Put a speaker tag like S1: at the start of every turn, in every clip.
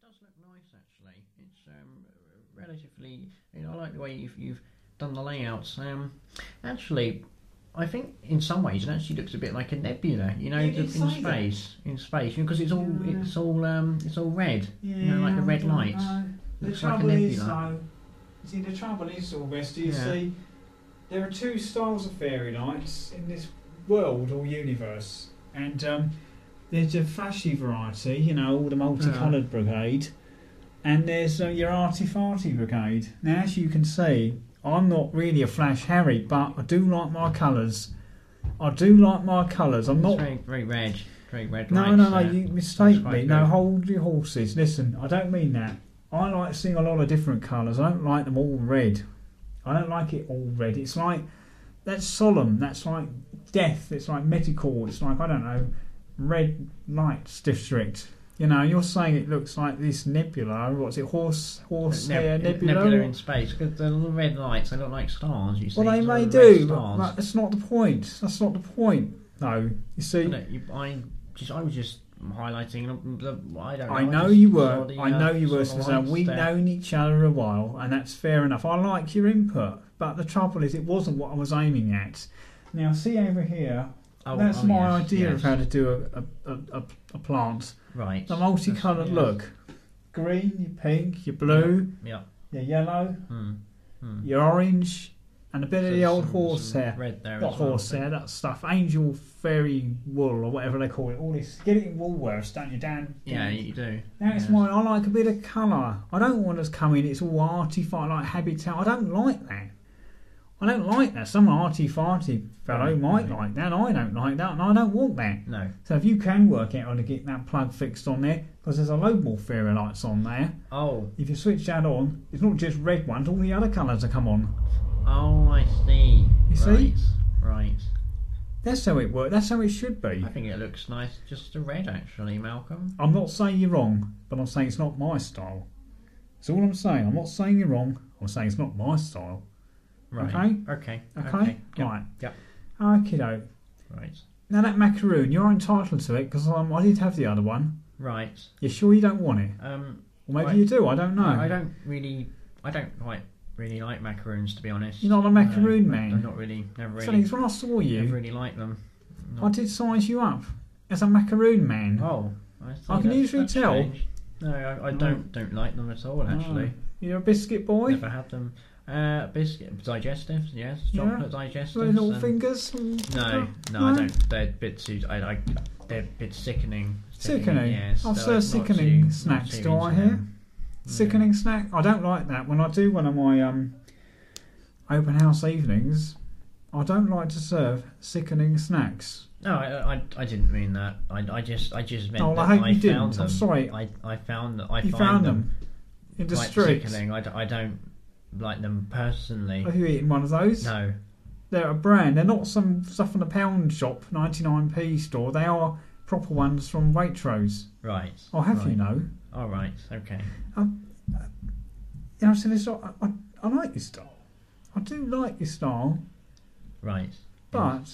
S1: does look nice actually. It's um, relatively. You know, I like the way you've, you've done the layouts. Um, actually, I think in some ways it actually looks a bit like a nebula. You know,
S2: It-
S1: in
S2: it's like it.
S1: space, in space, because it's all
S2: Yeah.
S1: it's all um, it's all red.
S2: Yeah,
S1: You know, like the
S2: I
S1: red
S2: don't
S1: lights.
S2: know. The
S1: Looks like a
S2: trouble is,
S1: nebula.
S2: though, see, the trouble is, Sylvester, you
S1: Yeah.
S2: see, there are two styles of fairy lights in this world or universe, and um, there's a flashy variety, you know, all the multicoloured brigade, and there's uh, your arty-farty brigade. Now, as you can see, I'm not really a flash Harry, but I do like my colours. I do like my colours. I'm not
S1: It's very very red, very red
S2: no,
S1: lights.
S2: no, no,
S1: uh,
S2: you mistake
S1: That's
S2: me.
S1: quite
S2: No,
S1: good.
S2: hold your horses. Listen, I don't mean that. I like seeing a lot of different colours. I don't like them all red. I don't like it all red. It's like that's solemn. That's like death. It's like medical. It's like I don't know, red lights district. You know, you're saying it looks like this nebula. What's it? Horse, horse
S1: neb-
S2: hair nebula.
S1: nebula in space because the little red lights they look like stars. You see,
S2: well, they
S1: It's all
S2: may
S1: red
S2: do, but,
S1: stars.
S2: but that's not the point. That's not the point. No, you see.
S1: I don't- you- I just I was just highlighting. The, the- I don't. Know,
S2: I know
S1: just
S2: you
S1: saw
S2: were.
S1: the,
S2: I
S1: uh,
S2: know you were.
S1: saw the
S2: Suzanne.
S1: lights
S2: We've
S1: there.
S2: known each other a while, and that's fair enough. I like your input, but the trouble is, it wasn't what I was aiming at. Now, see over here.
S1: Oh,
S2: that's
S1: oh,
S2: my
S1: yes,
S2: idea
S1: yes.
S2: of how to do a a, a, a, a plant.
S1: Right.
S2: The multicoloured
S1: That's- yes.
S2: look: green, your pink, your blue,
S1: Yeah.
S2: your yellow,
S1: Hmm. Hmm.
S2: your orange, and a bit
S1: So
S2: of the old
S1: some-
S2: horse
S1: some
S2: hair.
S1: Red there.
S2: Not
S1: as well,
S2: horse
S1: but-
S2: hair, that stuff. Angel fairy wool or whatever they call it. All this. Get it in Woolworths, don't you, Dan?
S1: Yeah, you do.
S2: That's
S1: Yes.
S2: why I like a bit of colour. I don't want us coming, it's all arty farty, like habitat. I don't like that. I don't like that. Some arty farty fellow
S1: Right,
S2: might
S1: right.
S2: like that. I don't like that, and I don't want that.
S1: No.
S2: So if you can work out how to get that plug fixed on there, because there's a load more fairy lights on there.
S1: Oh.
S2: If you switch that on, it's not just red ones, all the other colours are come on.
S1: Oh, I see.
S2: You see?
S1: right. Right.
S2: That's how it works, that's how it should be.
S1: I think it looks nice, just the red actually, Malcolm.
S2: I'm not saying you're wrong, but I'm saying it's not my style. That's all I'm saying. I'm not saying you're wrong, I'm saying it's not my style.
S1: Right. Okay. Okay.
S2: Okay?
S1: Yep.
S2: Right.
S1: Yep.
S2: Okie doke.
S1: Right.
S2: Now that macaroon, you're entitled to it because um, I did have the other one.
S1: Right.
S2: You sure you don't want it?
S1: Um.
S2: Or maybe
S1: Right.
S2: you do, I don't know.
S1: I don't really. I don't quite really like macaroons, to be honest.
S2: You're not a macaroon man.
S1: I'm not really. Never
S2: So,
S1: really.
S2: Alex, when I saw
S1: Never
S2: you,
S1: really like them.
S2: I did size you up as a macaroon man.
S1: Oh, I, see,
S2: I can
S1: that's-
S2: usually
S1: that's
S2: tell.
S1: strange. No, I, I
S2: Hmm.
S1: don't don't like them at all. Actually,
S2: Oh, You're a biscuit boy?
S1: never had them. Uh, biscuit digestives, yes,
S2: Yeah.
S1: chocolate
S2: With
S1: digestives.
S2: little
S1: and-
S2: fingers? Oh.
S1: No, no, I don't. They're a bit too. I like. They're a bit sickening.
S2: Sickening?
S1: Yes.
S2: Oh,
S1: they're
S2: so
S1: not too-
S2: sickening
S1: not
S2: snacks,
S1: too
S2: do I
S1: into
S2: hear?
S1: them. No.
S2: Sickening snack? I don't like that. When I do one of my um, open house evenings, I don't like to serve sickening snacks.
S1: No, I, I, I didn't mean that. I, I just, I just meant
S2: Oh,
S1: that
S2: I hope you
S1: found
S2: didn't.
S1: them.
S2: I'm sorry.
S1: I, I found that I
S2: you
S1: find
S2: found
S1: them
S2: them in the
S1: quite
S2: street.
S1: sickening. I, d- I don't like them personally.
S2: Have you eaten Oh, one of those?
S1: No.
S2: They're a brand. They're not some stuff in a pound shop, 99p store. They are proper ones from Waitrose.
S1: Right.
S2: Oh, have you
S1: Right.
S2: know?
S1: All right. Okay.
S2: You know, so this, I, I, I like your style. I do like your style,
S1: Right.
S2: but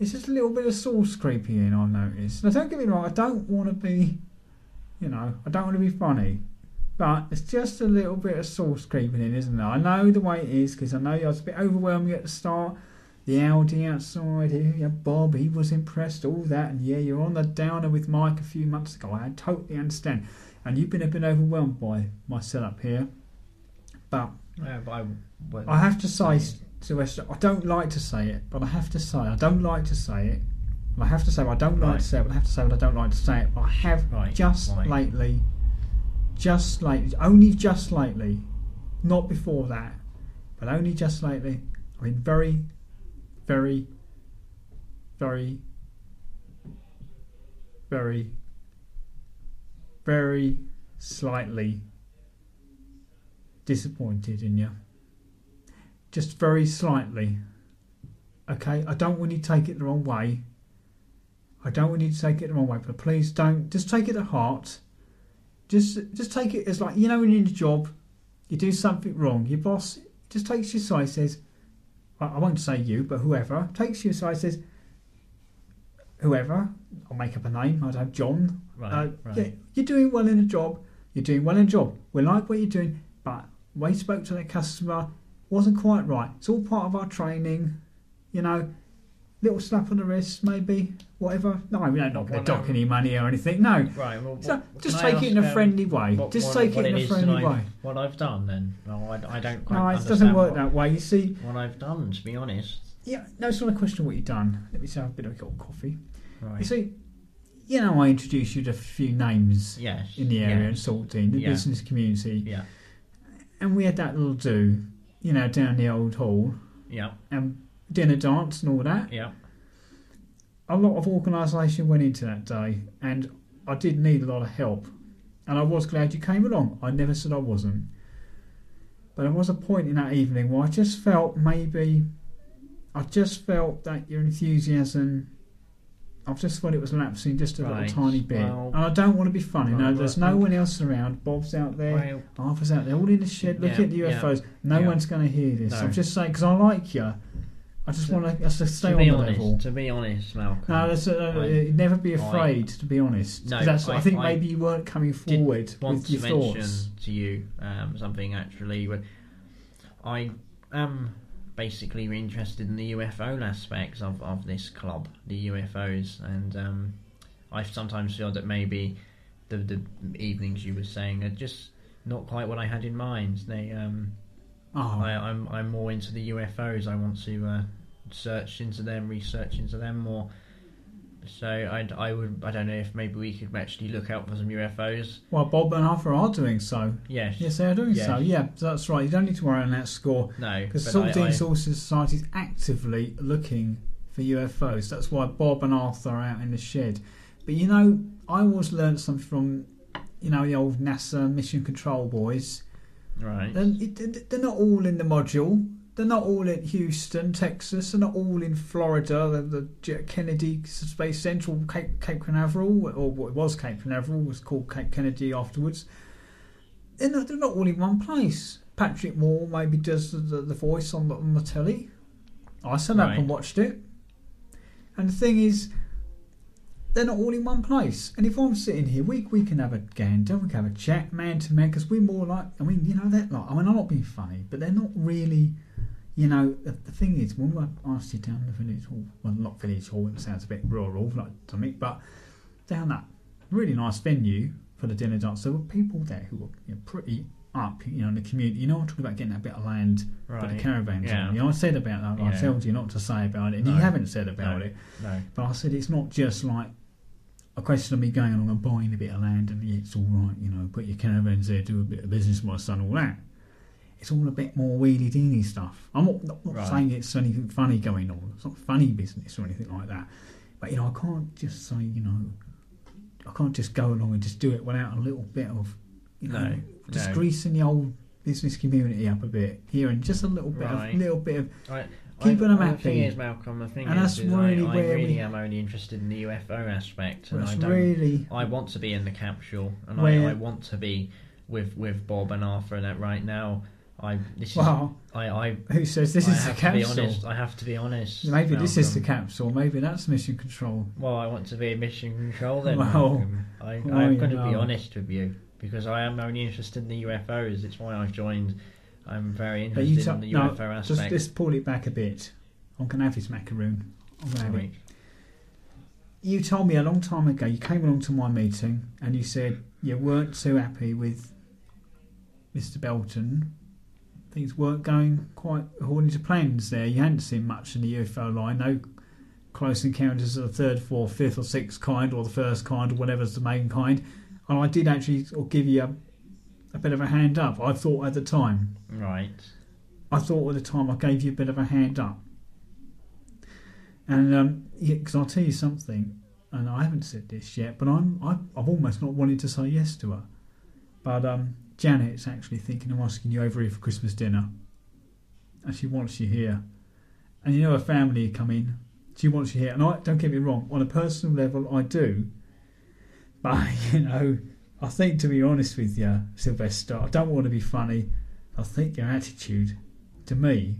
S2: it's just a little bit of sauce creeping in, I've noticed. Now, don't get me wrong, I don't want to be, you know, I don't want to be funny. But it's just a little bit of sauce creeping in, isn't there? I know the way it is because I know I was a bit overwhelming at the start. The Audi outside here, yeah, Bob, he was impressed, all that, and yeah, you're on the downer with Mike a few months ago. I totally understand. And you've been a bit overwhelmed by my setup here. But
S1: Yeah, but I, well,
S2: I have to say, Sylvester, I don't like to say it, but I have to say, I don't like to say it. I have to say, I don't like
S1: Right.
S2: to say it, but I have to say, but I don't like to say it. But I have
S1: Right,
S2: just
S1: right.
S2: lately, just lately, only just lately, not before that, but only just lately, I've been very, very, very, very, very slightly disappointed in you. Just very slightly. Okay, I don't want you to take it the wrong way. I don't want you to take it the wrong way, but please don't. Just take it to heart. Just, just take it as like you know when you're in your job, you do something wrong. Your boss just takes you aside, says, I, "I won't say you, but whoever takes you aside, says, whoever, I'll make up a name, I don't know, John.
S3: Right,
S2: uh,
S3: right.
S2: yeah, you're doing well in a job, you're doing well in a job. We like what you're doing, but way you spoke to that customer wasn't quite right. It's all part of our training, you know. Little slap on the wrist, maybe, whatever. No, we're not going to
S3: Well,
S2: dock
S3: um,
S2: any money or anything. No,
S3: Right. Well,
S2: so
S3: what-
S2: just
S3: can I
S2: take it in a
S3: ask, um,
S2: friendly way.
S3: what-
S2: just
S3: what-
S2: take
S3: what
S2: it in a
S3: is that
S2: friendly
S3: I've-
S2: way.
S3: What I've done then? No, I, I don't quite
S2: No, it doesn't
S3: understand
S2: work
S3: what,
S2: that way. You see,
S1: What I've done, to be honest.
S2: yeah, no, it's not a question of what you've done. Let me just have a bit of a cold coffee. You
S3: Right.
S2: see, you know, I introduced you to a few names
S1: Yes.
S2: in the area
S1: yeah,
S2: and sort in the
S1: Yeah.
S2: business community,
S1: Yeah.
S2: and we had that little do, you know, down the old hall
S1: Yeah.
S2: and dinner dance and all that.
S1: Yeah.
S2: A lot of organisation went into that day, and I did need a lot of help, and I was glad you came along. I never said I wasn't, but there was a point in that evening where I just felt maybe, I just felt that your enthusiasm. I've just felt it was lapsing just a
S1: Right,
S2: little tiny bit,
S1: well-
S2: and I don't want to be funny. No,
S1: Right,
S2: there's
S1: well,
S2: no one else around. Bob's out there.
S1: Well,
S2: Half us out there, all in the shed, looking
S1: Yeah,
S2: at the
S1: yeah,
S2: UFOs. no
S1: yeah.
S2: one's going to hear this.
S1: No.
S2: I'm just saying, because I like you. I just
S1: To-
S2: want to, us to stay
S1: to
S2: on
S1: be
S2: the
S1: honest,
S2: level.
S1: to be honest, Malcolm.
S2: No, that's, uh,
S1: I-
S2: uh, never be
S1: I-
S2: afraid, to be honest. 'Cause
S1: No,
S2: that's, I,
S1: I-
S2: think
S1: I
S2: maybe you weren't coming
S1: did
S2: forward
S1: want
S2: with
S1: to
S2: your
S1: mention
S2: thoughts.
S1: to you um, something actually. When I am basically interested in the UFO aspects of, of this club, the UFOs, and um, I sometimes feel that maybe the the evenings you were saying are just not quite what I had in mind. They um,
S2: Oh,
S1: I, I'm I'm more into the UFOs. I want to uh, search into them, research into them more. So I I would I don't know if maybe we could actually look out for some UFOs.
S2: well, Bob and Arthur are doing so.
S1: Yes.
S2: Yes, they are doing
S1: Yes.
S2: so. Yeah, so that's right. You don't need to worry on that score.
S1: No.
S2: Because
S1: but
S2: Salty
S1: I- I-
S2: and Sources Society is actively looking for UFOs. That's why Bob and Arthur are out in the shed. But you know, I always learned something from, you know, the old NASA mission control boys.
S1: Right.
S2: They're, it- they're not all in the module. They're not all in Houston, Texas. They're not all in Florida, the, the J- Kennedy Space Central, Cape, Cape Canaveral, or what it was Cape Canaveral, was called Cape Kennedy afterwards. They're not, Eh, they're not all in one place. Patrick Moore maybe does the, the, the voice on the, on the telly. I sat up
S1: Right.
S2: and watched it. And the thing is, they're not all in one place. And if I'm sitting here, we we can have a gander, we can have a chat, man to man, because we're more like, I mean, you know, that like, I mean, I'm not being funny, but they're not really, you know, the, the thing is, when I asked you down the village hall, well, not village hall, it sounds a bit rural, like something, but down that really nice venue for the dinner dance, there were people there who were you know, pretty up, you know, in the community. You know, I'm talking about getting that bit of land for the
S1: Right.
S2: caravan.
S1: Yeah.
S2: You know, I said about that, I
S1: Yeah.
S2: told you not to say about it, and you
S1: No.
S2: haven't said about
S1: No.
S2: it.
S1: No.
S2: But I said it's not just like a question of me going along and buying a bit of land and yeah, it's all right, you know, put your caravans there, do a bit of business with my son, all that. It's all a bit more wheelie deeny stuff. I'm not, not, not
S1: Right.
S2: saying it's anything funny going on. It's not funny business or anything like that. But you know, I can't just say, you know, I can't just go along and just do it without a little bit of, you know,
S1: No,
S2: just
S1: no.
S2: greasing the old business community up a bit here and just a little bit
S1: Right.
S2: of little bit of
S1: I,
S2: Keeping
S1: I,
S2: them
S1: The thing
S2: happy.
S1: is, Malcolm. The thing
S2: And
S1: is,
S2: that's
S1: is I,
S2: really
S1: I
S2: where
S1: really
S2: we-
S1: am only interested in the UFO aspect, and I
S2: that's
S1: don't.
S2: really
S1: I want to be in the capsule, and
S2: Where-
S1: I, I want to be with with Bob and Arthur. And that right now, I this is
S2: wow.
S1: I I
S2: Who says this
S1: I
S2: is the
S1: have to be
S2: capsule?
S1: honest. I have to be honest.
S2: Maybe this is the
S1: Malcolm.
S2: capsule. Maybe that's mission control.
S1: Well, I want to be in mission control then.
S2: Well,
S1: Malcolm. I,
S2: well,
S1: I'm
S2: you
S1: going to be
S2: know.
S1: honest with you because I am only interested in the UFOs. It's why I've joined. I'm very
S2: But you
S1: interested in
S2: ta-
S1: the
S2: no,
S1: UFO aspect.
S2: Just, just pull it back a bit. I'm gonna have his macaroon. I'm gonna have it.
S1: Right.
S2: You told me a long time ago. You came along to my meeting and you said you weren't too happy with Mr. Belton. Things weren't going quite according to plans. There, you hadn't seen much in the UFO line. No close encounters of the third, fourth, fifth, or sixth kind, or the first kind, or whatever's the main kind. And I did actually sort of give you a, a bit of a hand up. I thought at the time.
S1: Right.
S2: I thought at the time I gave you a bit of a hand up. And um, yeah, 'cause I'll tell you something, and I haven't said this yet, but I'm I, I've almost not wanted to say yes to her. But um, Janet's actually thinking of asking you over here for Christmas dinner, and she wants you here. And you know her family come in. She wants you here, and I don't get me wrong. On a personal level, I do. But you know, I think to be honest with you, Sylvester, I don't want to be funny. I think your attitude to me,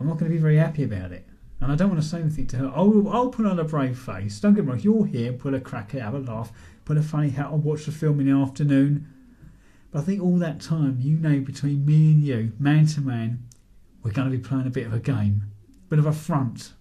S2: I'm not going to be very happy about it. And I don't want to say anything to her. I'll, I'll put on a brave face. Don't get me wrong. You're here. Put a cracker, have a laugh, put a funny hat on, watch the film in the afternoon. But I think all that time, you know, between me and you, man to man, we're going to be playing a bit of a game, bit of a front.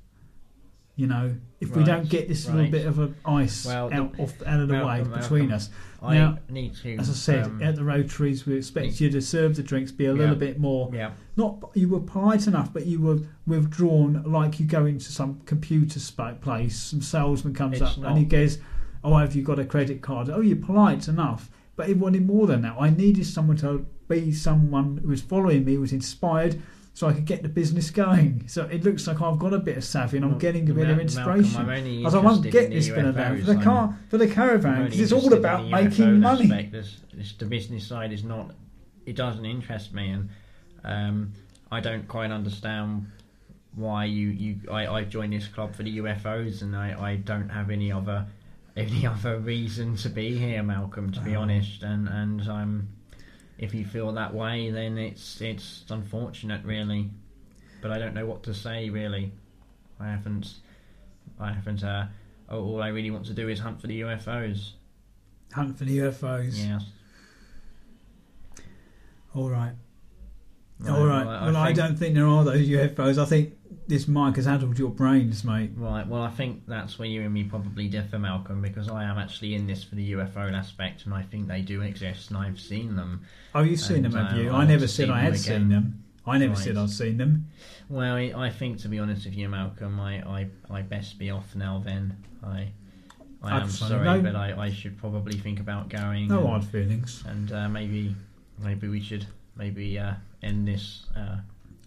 S2: You know, if we
S1: Right,
S2: don't get this little
S1: right.
S2: bit of a ice
S1: Well,
S2: out, off, out of the
S1: well,
S2: way
S1: well,
S2: between
S1: um,
S2: us.
S1: I
S2: Now,
S1: need to.
S2: As I said,
S1: um,
S2: at the Rotaries, we expect you to serve the drinks, be a
S1: Yeah.
S2: little bit more
S1: yeah,
S2: not you were polite enough, but you were withdrawn, like you go into some computer spa- place, some salesman comes
S1: It's
S2: up
S1: not-
S2: and he goes, "Oh, have you got a credit card?" Oh, you're polite enough, but he wanted more than that. I needed someone to be someone who was following me, was inspired, so I could get the business going. So it looks like I've got a bit of savvy and I'm getting a bit of
S1: Mal-
S2: inspiration.
S1: Malcolm, I'm only
S2: I was like, I won't
S1: interested in
S2: get this
S1: the
S2: for the van,
S1: UFOs,
S2: for the
S1: I'm-
S2: car, for the
S1: I'm
S2: caravan,
S1: only
S2: because it's
S1: interested
S2: all
S1: in
S2: about
S1: the
S2: making
S1: UFO
S2: money.
S1: aspect. This, this, the business side is not. It doesn't interest me, and um, I don't quite understand why you you I, I joined this club for the UFOs, and I, I don't have any other any other reason to be here, Malcolm. To be
S2: Oh.
S1: honest, and and um, if you feel that way, then it's it's unfortunate, really. But I don't know what to say, really. I haven't. I haven't. Uh, oh, all I really want to do is hunt for the UFOs.
S2: Hunt for the UFOs.
S1: Yes.
S2: All right. All right.
S1: Well,
S2: well, I
S1: think-
S2: don't think there are those UFOs. I think this mic has addled your brains, mate.
S1: Right. Well, I think that's where you and me probably differ, Malcolm, because I am actually in this for the UFO aspect, and I think they do exist, and I've seen them.
S2: Oh, you've seen
S1: And,
S2: them, have
S1: uh,
S2: you?
S1: I'll
S2: I never
S1: just
S2: said
S1: see
S2: I
S1: them
S2: had
S1: again.
S2: seen them. I never
S1: Right.
S2: said I'd seen them.
S1: Well, I, I think to be honest with you, Malcolm, I, I, I best be off now. Then I, I am
S2: Absolutely.
S1: sorry,
S2: No-
S1: but I, I should probably think about going.
S2: No
S1: and,
S2: hard feelings.
S1: and uh, maybe maybe we should maybe uh, end this. Uh,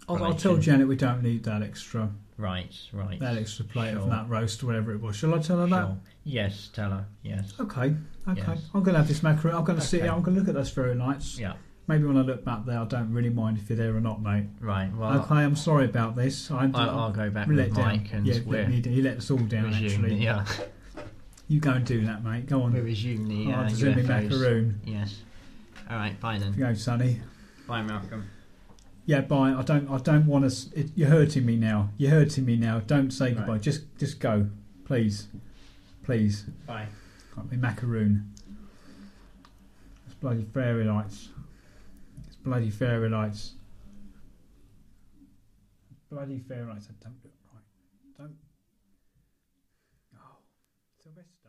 S2: I'll, I'll
S1: Relation.
S2: tell Janet we don't need that extra
S1: right. Right.
S2: that extra plate of
S1: Sure.
S2: that roast or whatever it was. Shall I tell her that? Oh.
S1: Sure. Yes, tell her. Yes.
S2: Okay. Okay.
S1: Yes.
S2: I'm going to have this macaroon. I'm going to sit
S1: Okay.
S2: here. I'm going to look at those fairy lights.
S1: Yeah.
S2: Maybe when I look back there, I don't really mind if you're there or not, mate.
S1: Right. Well,
S2: okay. I'm sorry about this. I,
S1: I, I'll go back
S2: we
S1: with
S2: uh, let down.
S1: Mike and
S2: yeah,
S1: we're,
S2: let me, you let us all down,
S1: resume
S2: actually.
S1: the, yeah,
S2: You go and do that, mate. Go on.
S1: we resume the
S2: I'll
S1: uh,
S2: just do me
S1: UFOs.
S2: macaroon.
S1: Yes. All right. Bye
S2: If
S1: then.
S2: you go, Sonny.
S1: Bye, Malcolm.
S2: Yeah, bye. I don't. I don't want to. It, you're hurting me now. You're hurting me now. Don't say
S1: Right.
S2: goodbye. Just, just go, please, please.
S1: Bye.
S2: Got me macaroon. It's bloody fairy lights. It's bloody fairy lights. Bloody fairy lights. I don't do it right. Don't. Oh, Sylvester.